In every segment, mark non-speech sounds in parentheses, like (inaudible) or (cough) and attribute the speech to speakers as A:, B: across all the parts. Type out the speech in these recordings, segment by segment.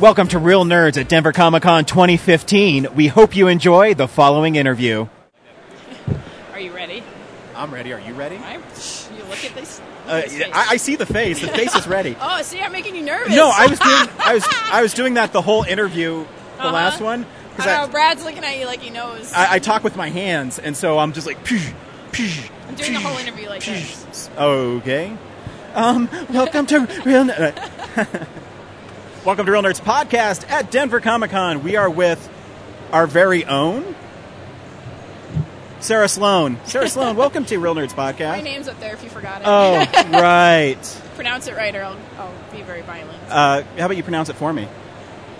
A: Welcome to Real Nerds at Denver Comic Con 2015. We hope you enjoy the following interview.
B: Are you ready?
A: I'm ready. Are you ready?
B: I'm, you look at this. look
A: Uh,
B: at his
A: yeah,
B: face.
A: I, I see the face. The face is ready.
B: oh, see, I'm making you (laughs) nervous.
A: No, I was doing. I was. I was doing that the whole interview, the last one.
B: Uh-huh. I
A: 'cause
B: don't know. Brad's looking at you like he knows.
A: I, I talk with my hands, and so I'm just like. Psh, psh,
B: I'm doing the whole interview like this.
A: Okay. Um, welcome to Real Nerds. (laughs) welcome to Real Nerds Podcast at Denver Comic Con. We are with our very own Sarah Sloan. Sarah Sloan, welcome to Real Nerds
B: My
A: Podcast.
B: name's up there if you forgot it.
A: Oh, right.
B: Pronounce it right, or I'll, I'll be very violent.
A: Uh, how about you pronounce it for me?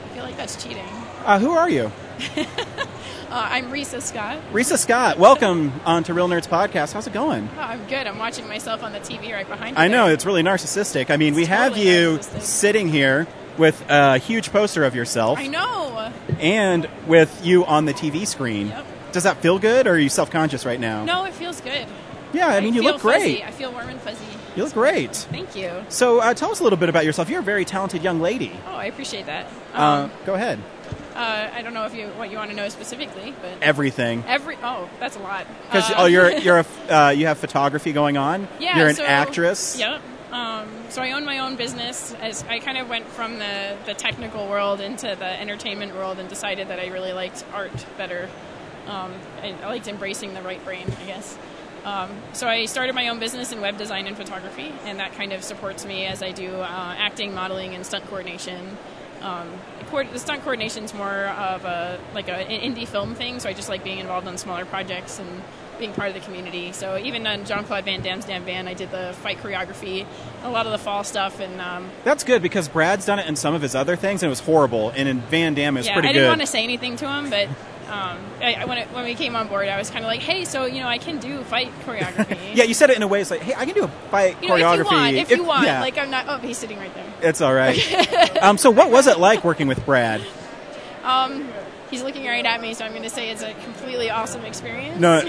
B: I feel like that's cheating. Uh,
A: Uh, who are you?
B: I'm Risa Scott.
A: Risa Scott, welcome on to Real Nerds Podcast. How's it going?
B: Oh, I'm good. I'm watching myself on the TV right behind you.
A: I know,
B: there.
A: it's really narcissistic. I mean, we
B: It's
A: have
B: totally
A: you
B: narcissistic.
A: sitting here with a huge poster of yourself.
B: I know.
A: and with you on the TV screen.
B: Yep.
A: Does that feel good, or are you self-conscious right now?
B: No, it feels good.
A: Yeah, I mean, you
B: feel
A: look
B: fuzzy.
A: great.
B: I feel warm and fuzzy.
A: You look great.
B: Thank you.
A: So, uh, tell us a little bit about yourself. You're a very talented young lady.
B: Oh, I appreciate that.
A: uh,
B: Um,
A: go ahead.
B: uh, I don't know if you what you want to know specifically, but
A: eh. Everything.
B: every oh, that's a lot.
A: Because
B: Uh,
A: oh, you're
B: (laughs)
A: you're a, f- uh, you have photography going on.
B: Yeah,
A: You're an
B: so-
A: actress.
B: Yep. Um, so I own my own business. As I kind of went from the, the technical world into the entertainment world and decided that I really liked art better. Um, and I liked embracing the right brain, I guess. Um, so I started my own business in web design and photography, and that kind of supports me as I do uh, acting, modeling, and stunt coordination. Um, coor- the stunt coordination is more of a like an indie film thing, so I just like being involved on smaller projects and being part of the community. So even on Jean Claude Van Damme's Damn Van, I did the fight choreography, a lot of the fall stuff, and um,
A: That's good because Brad's done it in some of his other things, and it was horrible. And in Van Damme is
B: yeah,
A: pretty
B: I didn't
A: good.
B: want to say anything to him, but. Um, I, I, when, it, when we came on board, I was kind of like, "Hey, so you know, I can do fight choreography."
A: (laughs) yeah, you said it in a way. It's like, hey, I can do a fight
B: you know,
A: choreography.
B: if you want, if you want,
A: yeah,
B: like I'm not. Oh, he's sitting right there.
A: it's all
B: (laughs)
A: right. um, so, what was it like working with Brad?
B: He's looking right at me, so I'm going to say it's a completely awesome experience.
A: No,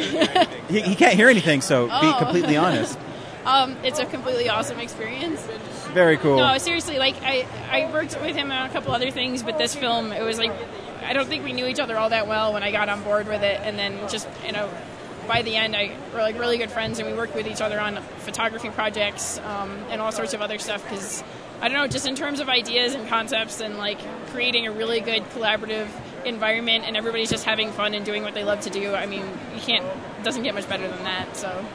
A: he, he can't hear anything, so be
B: Oh.
A: completely honest.
B: Um, it's a completely awesome experience.
A: Very cool.
B: No, seriously, like I, I worked with him on a couple other things, but this film, it was like, I don't think we knew each other all that well when I got on board with it, and then just you know, by the end, I we're like really good friends, and we worked with each other on photography projects um, and all sorts of other stuff because. I don't know, just in terms of ideas and concepts and like creating a really good collaborative environment and everybody's just having fun and doing what they love to do. I mean, you can't, it doesn't get much better than that. So,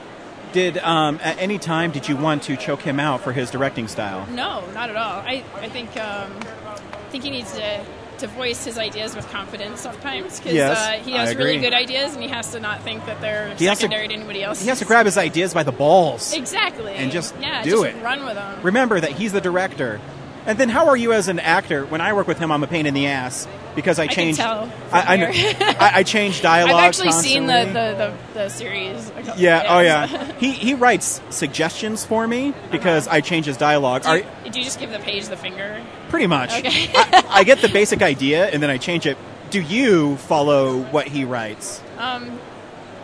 A: Did um, at any time did you want to choke him out for his directing style?
B: No, not at all. I, I think um, I think he needs to, to voice his ideas with confidence sometimes because
A: Yes,
B: uh, he
A: I
B: has really
A: agree.
B: good ideas and he has to not think that they're
A: He has to-
B: secondary to, anybody else.
A: He has to grab his ideas by the balls.
B: exactly
A: and just
B: yeah,
A: do
B: just
A: it.
B: Run with them.
A: Remember that he's the director. And then, how are you as an actor? When I work with him, I'm a pain in the ass because I
B: can
A: change.
B: tell
A: I, I,
B: from here.
A: kn- I, I change dialogue.
B: (laughs) I've actually seen the,
A: constantly.
B: the, the, the series. A couple
A: Yeah. Oh
B: (laughs) times.
A: yeah. he he writes suggestions for me because I change his dialogue. Are,
B: do, you, do you just give the page the finger?
A: Pretty much.
B: Okay.
A: I, I get the basic idea and then I change it. Do you follow what he writes?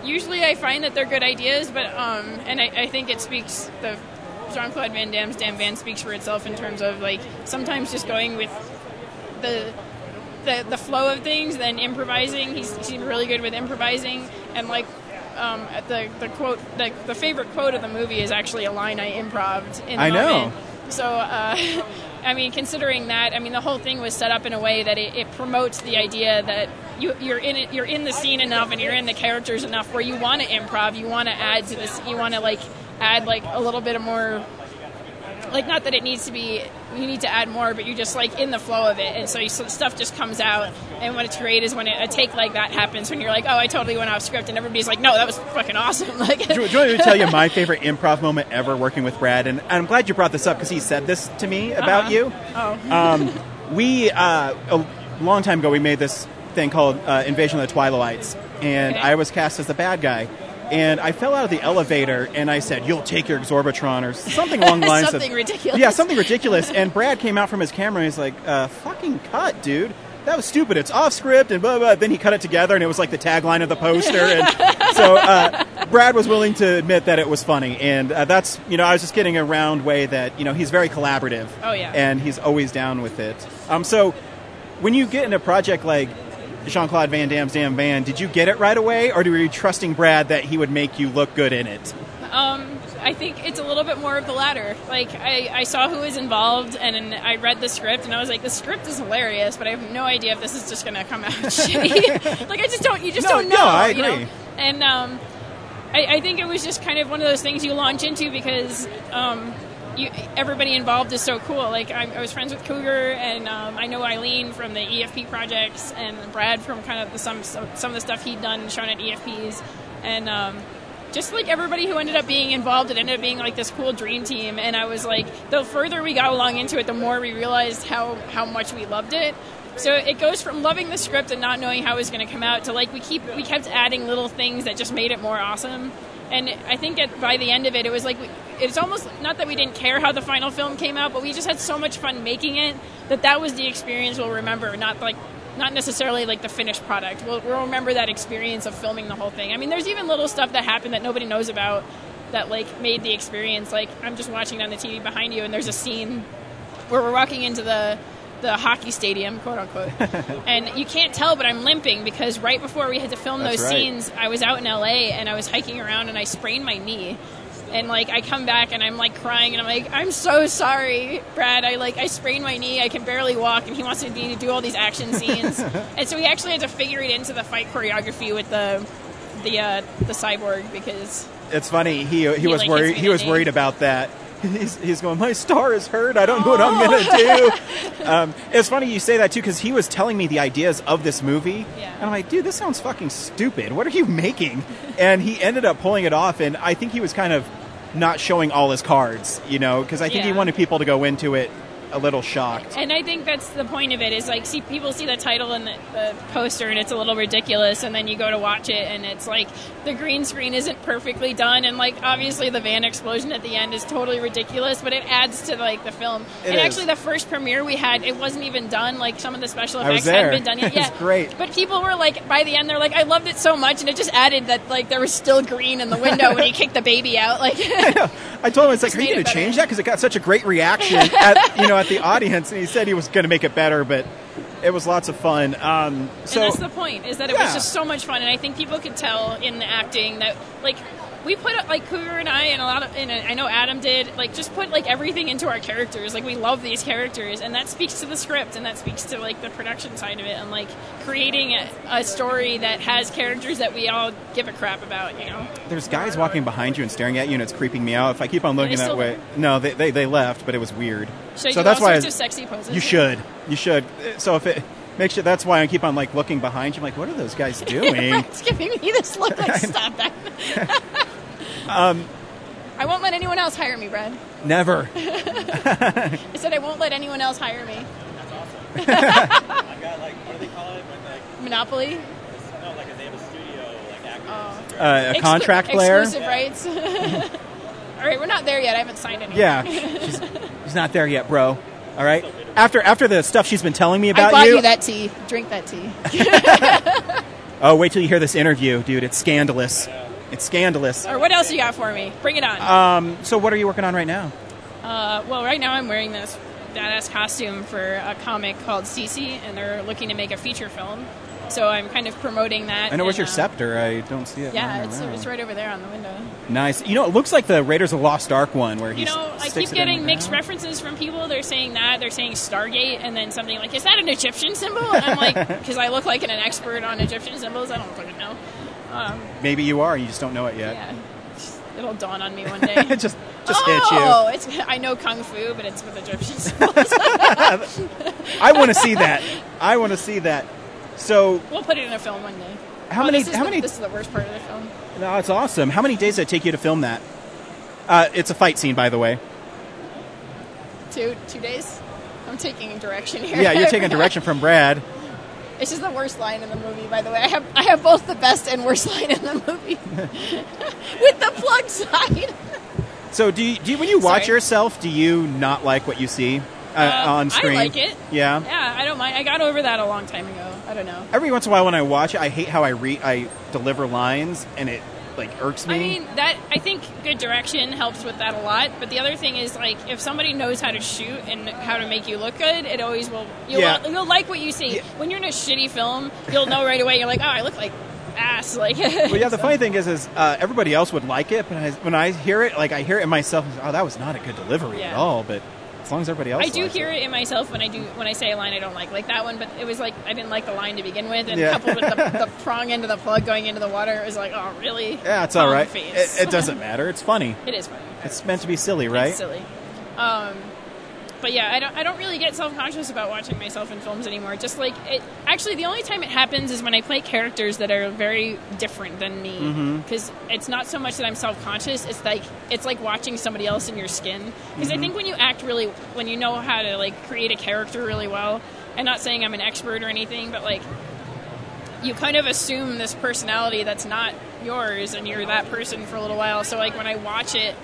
B: usually I find that they're good ideas, but um, and I, I think it speaks the Jean Claude Van Damme's Damn Van speaks for itself in terms of like sometimes just going with the the, the flow of things, then improvising. He's, he's really good with improvising, and like um, at the the quote the, the favorite quote of the movie is actually a line I improved in the
A: I know.
B: moment. So uh, (laughs) I mean, considering that, I mean, the whole thing was set up in a way that it, it promotes the idea that you, you're in it, you're in the scene enough, and you're in the characters enough where you want to improv, you want to add to this, you want to like add like a little bit of more, like not that it needs to be, you need to add more, but you're just like in the flow of it, and so, you, so stuff just comes out. And when it's great is when it, a take like that happens, when you're like, oh, I totally went off script, and everybody's like, no, that was fucking awesome. (laughs) Like,
A: Do, do you want me to tell you my favorite improv moment ever working with Brad? And, and I'm glad you brought this up because he said this to me about you.
B: oh,
A: Um, we, uh, a long time ago, we made this thing called uh, Invasion of the Twilights, and
B: Okay.
A: I was cast as the bad guy. And I fell out of the elevator, and I said, "You'll take your Exorbitron," or something
B: (laughs)
A: along the lines of
B: Something ridiculous.
A: Yeah, something ridiculous. and Brad came out from his camera, and he's like, uh, "Fucking cut, dude! That was stupid. It's off script." And blah blah. Then he cut it together, and it was like the tagline of the poster. and so uh, Brad was willing to admit that it was funny, and uh, that's you know I was just getting a round way that you know he's very collaborative.
B: Oh, yeah.
A: And and he's always down with it. Um, so when you get in a project like Jean Claude Van Damme's Damn Van, did you get it right away, or were you trusting Brad that he would make you look good in it?
B: Um, I think it's a little bit more of the latter. Like, I, I saw who was involved, and, and I read the script, and I was like, the script is hilarious, but I have no idea if this is just going to come out (laughs) shitty. (laughs) like, I just don't, you just
A: No,
B: don't know.
A: no, I
B: you know?
A: agree.
B: And um, I, I think it was just kind of one of those things you launch into because um, you, everybody involved is so cool. Like, I, I was friends with Cougar, and um, I know Eileen from the EFP projects, and Brad from kind of the, some, some of the stuff he'd done shown at EFPs. And um, just like everybody who ended up being involved, it ended up being like this cool dream team. And I was like, the further we got along into it, the more we realized how, how much we loved it. So it goes from loving the script and not knowing how it was going to come out to like we keep we kept adding little things that just made it more awesome. And I think that by the end of it, it was like we, it's almost not that we didn't care how the final film came out, but we just had so much fun making it that that was the experience we'll remember. Not like not necessarily like the finished product. We'll, we'll remember that experience of filming the whole thing. I mean, there's even little stuff that happened that nobody knows about that like made the experience. Like I'm just watching it on the TV behind you, and there's a scene where we're walking into the the hockey stadium, quote
C: (laughs)
B: unquote, and you can't tell, but I'm limping because right before we had to film
C: That's
B: those
C: right.
B: scenes, I was out in LA and I was hiking around and I sprained my knee. And like I come back and I'm like crying and I'm like I'm so sorry, Brad. I like I sprained my knee. I can barely walk, and he wants me to do all these action scenes.
C: (laughs)
B: and so we actually had to figure it into the fight choreography with the the uh, the cyborg because
A: It's funny he he, was
B: like, hits
A: worried
B: me
A: he
B: in
A: was
B: the knee.
A: worried about that. He's, he's going. My star is hurt. I don't know what I'm
B: Oh.
A: gonna
B: (laughs)
A: do. um, it's funny you say that too because he was telling me the ideas of this movie,
B: Yeah.
A: and I'm like, dude, this sounds fucking stupid. What are you making? and he ended up pulling it off, and I think he was kind of not showing all his cards, you know, because I think he
B: Yeah.
A: wanted people to go into it a little shocked.
B: And I think that's the point of it is like, see, people see the title and the, the poster and it's a little ridiculous, and then you go to watch it and it's like the green screen isn't perfectly done, and like obviously the van explosion at the end is totally ridiculous, but it adds to like the film.
A: It
B: and
A: is.
B: actually, the first premiere we had, it wasn't even done. Like some of the special
A: I was
B: effects
A: there. (laughs)
B: hadn't been done yet.
A: It was
B: Yeah.
A: great.
B: But people were like, by the end, they're like, I loved it so much, and it just added that like there was still green in the
A: (laughs)
B: window when he kicked the baby out. Like, (laughs)
A: I told him, "It's like, are you
B: made
A: going
B: it
A: to
B: better.
A: change that?" Because it got such a great
B: (laughs)
A: reaction at you know at the audience, and he said he was going to make it better, but it was lots of fun. Um, so
B: and that's the point is that it
A: Yeah.
B: was just so much fun, and I think people could tell in the acting that like we put like Cougar and I and a lot of and I know Adam did like just put like everything into our characters. Like we love these characters, and that speaks to the script, and that speaks to like the production side of it, and like creating a, a story that has characters that we all give a crap about. You know, (laughs)
A: there's guys walking behind you and staring at you, and it's creeping me out. If I keep on looking
B: they
A: that
B: still (laughs)
A: way, no, they, they they left, but it was weird.
B: so, I
A: so
B: do
A: that's
B: all
A: why
B: sorts
A: I-
B: of sexy poses.
A: you should you should. So if it make sure that's why I keep on like looking behind you. I'm like, what are those
B: (laughs)
A: guys doing?
B: It's giving me this look like stop
A: (laughs)
B: that. Um, I won't let anyone else hire me, Brad.
A: Never.
B: I said I won't let anyone else hire me.
D: I've got like what do they call it? When like
B: Monopoly.
D: no, like they have a studio like actors.
A: Uh, a
B: Exclu-
A: contract player.
B: Exclusive rights. (laughs) All right, we're not there yet. I haven't signed anything.
A: Yeah, she's, she's not there yet, bro. All right. After after the stuff she's been telling me about
B: I bought you. that tea. Drink that tea.
A: Oh, wait till you hear this interview, dude. It's scandalous. It's scandalous.
B: or what else you got for me? Bring it on.
A: Um, so, what are you working on right now?
B: Uh, well, right now I'm wearing this badass costume for a comic called Cece, and they're looking to make a feature film. So I'm kind of promoting that.
A: I know where's your
B: and, uh,
A: scepter. I don't see it.
B: Yeah,
A: lying
B: it's,
A: around.
B: it's right over there on the window.
A: Nice. You know, it looks like the Raiders of the Lost Ark one where
B: You
A: he's
B: know, I
A: Sticks
B: keep
A: it
B: getting
A: in.
B: mixed references from people. They're saying that. They're saying Stargate, and then something like, "Is that an Egyptian symbol?" And I'm like,
A: (laughs)
B: because I look like an expert on Egyptian symbols. I don't fucking know. Um,
A: Maybe you are, you just don't know it yet.
B: yeah, it'll dawn on me
A: (laughs)
B: one day.
A: It just just
B: oh, it's I know kung fu, but it's with Egyptian symbols.
A: hit you. I want to see that. I want to see that. So
B: (laughs) we'll put it in a film one day.
A: How
B: Oh,
A: many-
B: This is
A: how
B: the,
A: many-
B: This is the worst part of the film.
A: no, it's awesome. How many days did it take you to film that? Uh, it's a fight scene, by the way.
B: Two two days. I'm taking direction here.
A: Yeah, you're taking
B: (laughs)
A: direction from Brad.
B: This is the worst line in the movie, by the way. I have I have both the best and worst (laughs) line in the
A: (laughs)
B: movie with the plug side.
A: So do you, do you, when you watch
B: Sorry.
A: yourself, do you not like what you see uh,
B: Um,
A: on screen?
B: I like it.
A: Yeah.
B: Yeah, I don't mind. I got over that a long time ago. I don't know.
A: Every once in a while, when I watch it, I hate how I re- I deliver lines, and it like irks me.
B: I mean, that I think good direction helps with that a lot. But the other thing is like if somebody knows how to shoot and how to make you look good, it always will. You'll,
A: Yeah.
B: you'll like what you see.
A: Yeah.
B: When you're in a shitty film, you'll know right away. You're like, oh, I look like ass. (laughs) Like,
A: well, yeah. The funny thing is, is uh, everybody else would like it, but I, when I hear it, like I hear it in myself. and, Oh, that was not a good delivery at
B: Yeah.
A: all. But as long as everybody else,
B: I do
A: likes
B: hear it in myself when I do when I say a line I don't like, like that one. But it was like I didn't like the line to begin with, and
A: Yeah.
B: coupled with
A: (laughs)
B: the, the prong end of the plug going into the water, it was like, oh, really?
A: Yeah, it's all
B: Wrong
A: right.
B: Face.
A: It, it doesn't matter. It's
B: (laughs)
A: funny.
B: it is funny.
A: It's meant to be silly, right?
B: It's silly. (laughs) Um, but yeah, I don't, I don't really get self conscious about watching myself in films anymore. Just like it, actually, the only time it happens is when I play characters that are very different than me. Because it's not so much that I'm self conscious; it's like it's like watching somebody else in your skin. Because I think when you act really, when you know how to like create a character really well, and not saying I'm an expert or anything, but like you kind of assume this personality that's not yours, and you're that person for a little while. So like when I watch it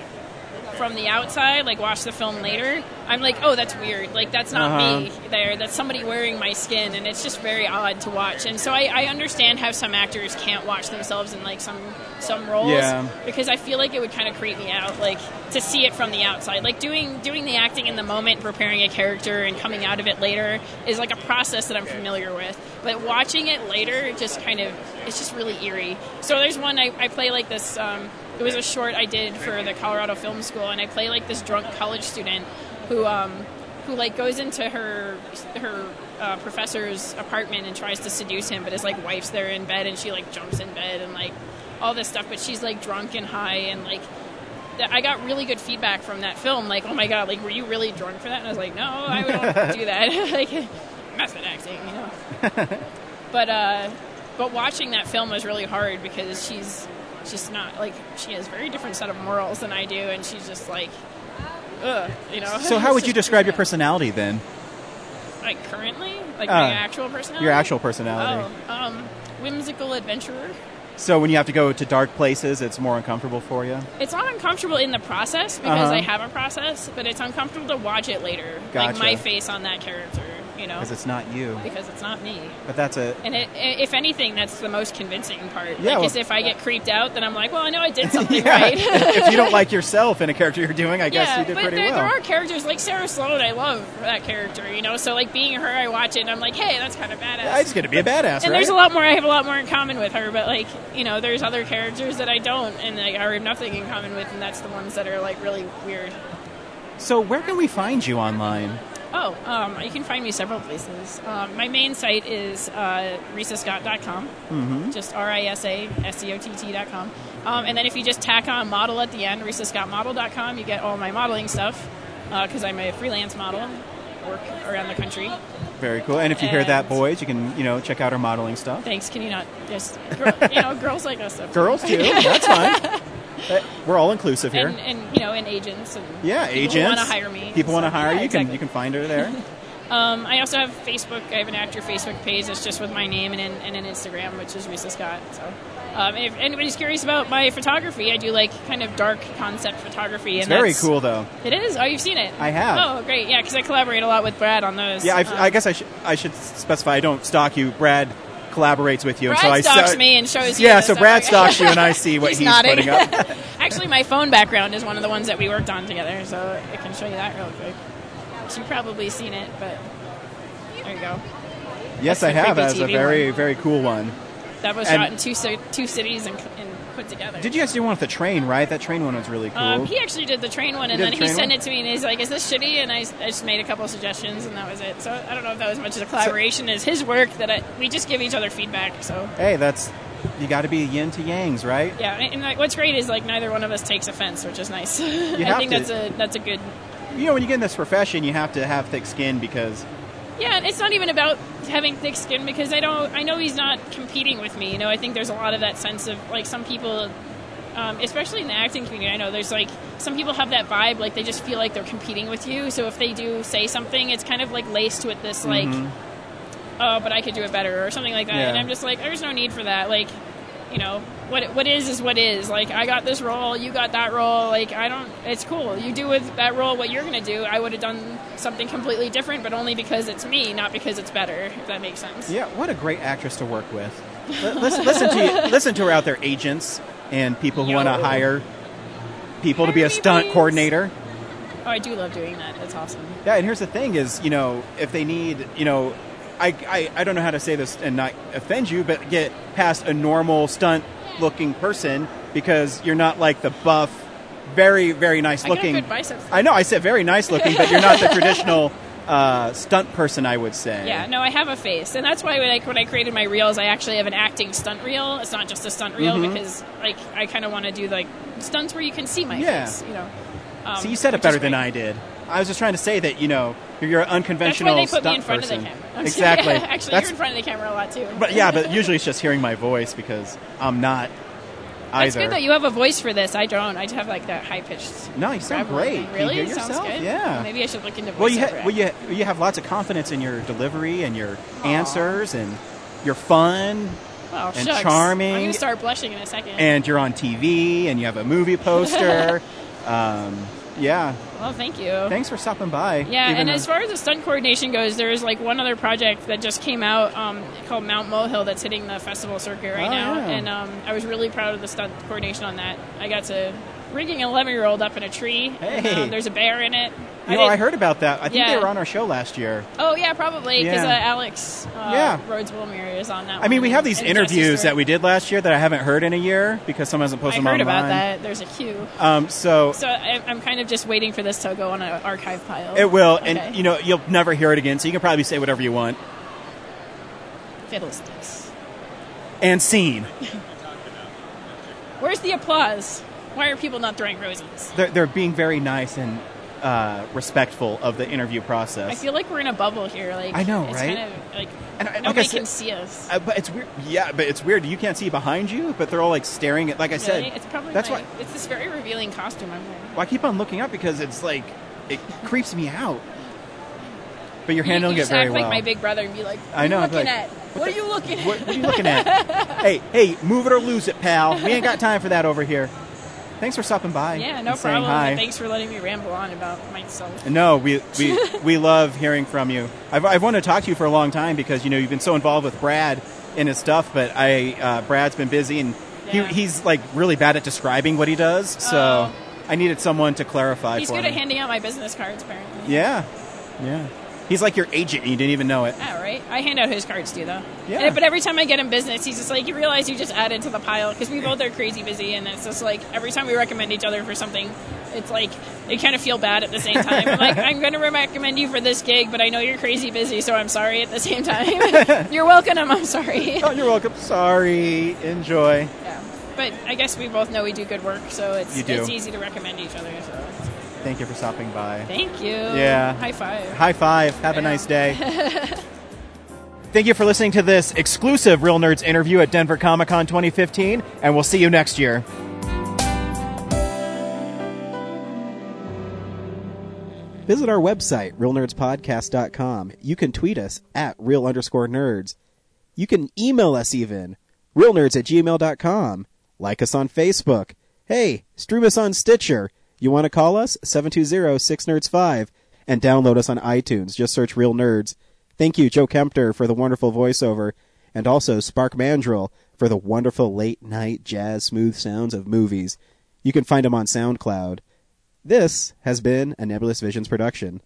B: from the outside, like watch the film later, I'm like, oh, that's weird. Like that's not
A: Uh-huh.
B: me there. That's somebody wearing my skin, and it's just very odd to watch. And so I, I understand how some actors can't watch themselves in like some some roles
A: Yeah.
B: because I feel like it would kind of creep me out, like to see it from the outside. Like doing doing the acting in the moment, preparing a character, and coming out of it later is like a process that I'm familiar with. But watching it later, just kind of it's just really eerie. So there's one I, I play like this. Um, it was a short I did for the Colorado Film School, and I play like this drunk college student who um, who like goes into her her uh, professor's apartment and tries to seduce him, but his like wife's there in bed, and she like jumps in bed and like all this stuff, but she's like drunk and high and like. th- I got really good feedback from that film. Like, oh my god, like were you really drunk for that? And I was like, no, I don't do that. (laughs) like, method acting, you know.
A: (laughs)
B: but uh, but watching that film was really hard because she's she's not like she has a very different set of morals than I do, and she's just like, ugh, you know.
A: So, how
B: It's
A: would you
B: just-
A: describe your personality then?
B: (laughs) like currently, like
A: Uh,
B: my actual personality.
A: Your actual personality.
B: Oh, um, whimsical adventurer.
A: So, when you have to go to dark places, it's more uncomfortable for you.
B: It's not uncomfortable in the process because
A: Uh-huh.
B: I have a process, but it's uncomfortable to watch it later.
A: Gotcha.
B: Like my face on that character, you know,
A: because it's not you.
B: because it's not me.
A: But that's it.
B: And it, i- if anything, that's the most convincing part.
A: Yeah,
B: like,
A: well- uh,
B: is if I get creeped out, then I'm like, well, I know
A: (laughs)
B: I did something
A: Yeah.
B: right.
A: if you don't like yourself in a character you're doing, I guess
B: (laughs) yeah,
A: you did
B: but
A: pretty
B: there,
A: well.
B: there are characters like Sarah Sloan. I love that character, you know. So like being her, I watch it and I'm like, hey, that's kind of badass.
A: I just get to be a badass,
B: and
A: right?
B: there's a lot more i have a lot more in common with her but like you know there's other characters that i don't and like, i have nothing in common with and that's the ones that are like really weird
A: So, where can we find you online?
B: oh um, you can find me several places um, my main site is uh, risascott.com
A: Mm-hmm.
B: just r-i-s-a-s-c-o-t-t.com um, and then if you just tack on model at the end risascottmodel.com you get all my modeling stuff because i'm a freelance model work around the country
A: Very cool. And if you hear that,
B: And-
A: boys, you can you know check out our modeling stuff.
B: thanks can you not just gr- you know girls like us up
A: Girls
B: (laughs)
A: too. that's fine. Uh, We're all inclusive here.
B: And, and you know, and agents and
A: yeah,
B: people
A: agents.
B: who want to hire me.
A: People want to hire
B: Yeah,
A: you.
B: Exactly.
A: Can you can find her there.
B: Um, I also have Facebook. I have an actor Facebook page. It's just with my name and, an- and an Instagram, which is Risa Scott. So, um, if anybody's curious about my photography, I do like kind of dark concept photography.
A: It's
B: And
A: very
B: that's-
A: cool though.
B: It is. Oh, you've seen it.
A: I have.
B: Oh, great. Yeah, because I collaborate a lot with Brad on those.
A: Yeah, I've,
B: Um,
A: I guess I should I should specify. I don't stalk you. Brad collaborates with you,
B: Brad
A: and so I
B: stalks
A: so-
B: me and shows. you
A: Yeah,
B: the
A: so
B: stuff.
A: Brad
B: (laughs)
A: stalks you, and I see what
B: He's
A: he's,
B: nodding.
A: putting
B: (laughs)
A: up.
B: Actually, my phone background is one of the ones that we worked on together, so I can show you that real quick. You've probably seen it, but there you go.
A: Yes,
B: That's
A: I
B: the
A: have.
B: creepy
A: As a
B: TV
A: very very cool one.
B: That was
A: And-
B: shot in two ci- two cities in, in put together.
A: Did you guys do one with the train, right? That train one was really cool.
B: Um, he actually did the train one, and
A: did
B: then
A: the
B: he
A: train
B: sent
A: one?
B: it to me, and he's like, "Is this shitty?" And I, s- I just made a couple of suggestions, and that was it. So I don't know if that was much of a collaboration as his work that I, we just give each other feedback. So
A: hey, that's you got to be yin to yangs, right?
B: yeah, and, and, like what's great is like neither one of us takes offense, which is nice. (laughs)
A: have
B: I think
A: to.
B: that's a that's a good.
A: You know, when you get in this profession, you have to have thick skin because
B: Yeah, and it's not even about having thick skin because I don't. I know he's not competing with me. You know, I think there's a lot of that sense of like some people. Um, especially in the acting community, I know there's like some people have that vibe, like they just feel like they're competing with you. So if they do say something, it's kind of like laced with this, like, oh, but I could do it better or something like that.
A: Yeah.
B: And I'm just like, there's no need for that. Like, you know, what what is is what is. Like, I got this role, you got that role. Like, I don't. It's cool. You do with that role what you're gonna do. I would have done something completely different, but only because it's me, not because it's better. If that makes sense.
A: yeah, what a great actress to work with. Li- listen, listen to you, listen to her out there, agents and people who
B: Yo.
A: want to hire people to be
B: Hire
A: a
B: me,
A: stunt
B: please.
A: coordinator.
B: Oh, I do love doing that. That's awesome.
A: Yeah, and here's the thing: is you know, if they need, you know, I, I, I don't know how to say this and not offend you, but get past a normal stunt-looking person because you're not like the buff, very very nice
B: I got
A: looking.
B: good biceps.
A: I know I said very nice looking, but you're
B: (laughs)
A: not the traditional uh, stunt person. I would say.
B: Yeah, no, I have a face, and that's why when I, when I created my reels, I actually have an acting stunt reel. It's not just a stunt reel
A: Mm-hmm.
B: because like I kind of want to do like stunts where you can see my
A: Yeah.
B: face. You know. Um,
A: See, you said
B: which
A: it
B: is
A: better than
B: great.
A: I did. I was just trying to say that you know you're, you're an unconventional
B: That's why they
A: stunt
B: put me in front
A: person.
B: of the camera. (laughs) I'm just
A: exactly.
B: kidding. Actually,
A: That's-
B: you're in front of the camera a lot too.
A: but yeah, but usually it's just hearing my voice because I'm not either.
B: it's good that you have a voice for this. I don't. I have like that high pitched.
A: No, you sound great. Can you
B: Really?
A: hear
B: Sounds
A: yourself?
B: good.
A: Yeah.
B: Maybe I should look into voiceover.
A: Well, you ha- well,
B: acting.
A: you, ha- you have lots of confidence in your delivery and your answers, and you're fun,
B: Wow,
A: and
B: Oh, shucks.
A: charming.
B: I'm gonna start blushing in a second.
A: and you're on TV, and you have a movie
B: (laughs)
A: poster. um, yeah.
B: well, thank you.
A: Thanks for stopping by.
B: Yeah,
A: even
B: and
A: though-
B: as far as the stunt coordination goes, there's like one other project that just came out um, called Mount Mohill that's hitting the festival circuit right
A: Oh,
B: now,
A: yeah.
B: and um, I was really proud of the stunt coordination on that. I got to rigging an 11 year old up in a tree. and,
A: Hey.
B: um, there's a bear in it.
A: you know, I
B: didn't-
A: heard about that. I think they
B: Yeah.
A: were on our show last year.
B: Oh yeah, probably because
A: Yeah.
B: uh, Alex uh,
A: Yeah.
B: Rhodes Wilmer is on that.
A: I mean,
B: one
A: we have
B: and-
A: these
B: and Jesse
A: interviews that
B: Stewart.
A: we did last year that I haven't heard in a year because someone hasn't
B: I
A: posted
B: heard
A: them online.
B: about that. There's a queue,
A: Um, so,
B: so I, I'm kind of just waiting for this to go on an archive pile.
A: it will,
B: Okay.
A: and you know, you'll never hear it again. So you can probably say whatever you want.
B: fiddlesticks.
A: And scene.
B: (laughs) Where's the applause? Why are people not throwing roses?
A: they're, they're being very nice and uh, respectful of the interview process.
B: I feel like we're in a bubble here. Like
A: I know,
B: it's
A: right?
B: Kind of, like
A: And I- like I
B: nobody
A: said-
B: can see us.
A: Uh, but it's weird. Yeah, but it's weird. You can't see behind you, but they're all like staring at. Like I said,
B: Really? it's probably
A: that's
B: my-
A: why
B: it's this very revealing costume I'm
A: (laughs)
B: wearing.
A: well, I keep on looking up because it's like it creeps me out. But you're handling
B: you
A: it
B: just
A: very
B: act
A: well.
B: like my big brother and be like, "What
A: I know,
B: Are you
A: I'd be
B: looking
A: like,
B: at? What are you looking at?"
A: what, what are you looking at? hey, hey, move it or lose it, pal. We ain't got time for that over here. Thanks for stopping by.
B: Yeah, no
A: and saying
B: problem.
A: Hi.
B: and Thanks for letting me ramble on about myself.
A: No, we we, we love hearing from you. I've, I've wanted to talk to you for a long time because you know you've been so involved with Brad and his stuff, but I uh, Brad's been busy and
B: Yeah.
A: he, he's like really bad at describing what he does. So
B: Oh.
A: I needed someone to clarify
B: He's
A: for
B: good
A: me.
B: at handing out my business cards, apparently.
A: yeah, yeah. He's like your agent, and you didn't even know it.
B: All right. I hand out his cards too, though.
A: Yeah.
B: And- but every time I get him business, he's just like, you realize you just added to the pile because we both are crazy busy, and it's just like every time we recommend each other for something, it's like you kind of feel bad at the same time. I'm like, I'm going to recommend you for this gig, but I know you're crazy busy, so I'm sorry at the
A: (laughs)
B: same time. you're welcome. I'm sorry.
A: Oh, you're welcome. Sorry. Enjoy.
B: yeah. But I guess we both know we do good work, so it's
A: You do.
B: it's easy to recommend each other. So
A: Thank you for stopping by.
B: thank you.
A: Yeah.
B: High five.
A: High five. Have a nice day. (laughs) Thank you for listening to this exclusive Real Nerds interview at Denver Comic Con 2015, and we'll see you next year.
C: Visit our website, realnerdspodcast.com. You can tweet us at real underscore nerds. You can email us even, realnerds at gmail.com. Like us on Facebook. Hey, stream us on Stitcher. You want to call us? 720-6nerds5. And download us on iTunes. Just search Real Nerds. Thank you, Joe Kempter, for the wonderful voiceover. And also Spark Mandrill for the wonderful late night jazz smooth sounds of movies. You can find him on SoundCloud. This has been a Nebulous Visions production.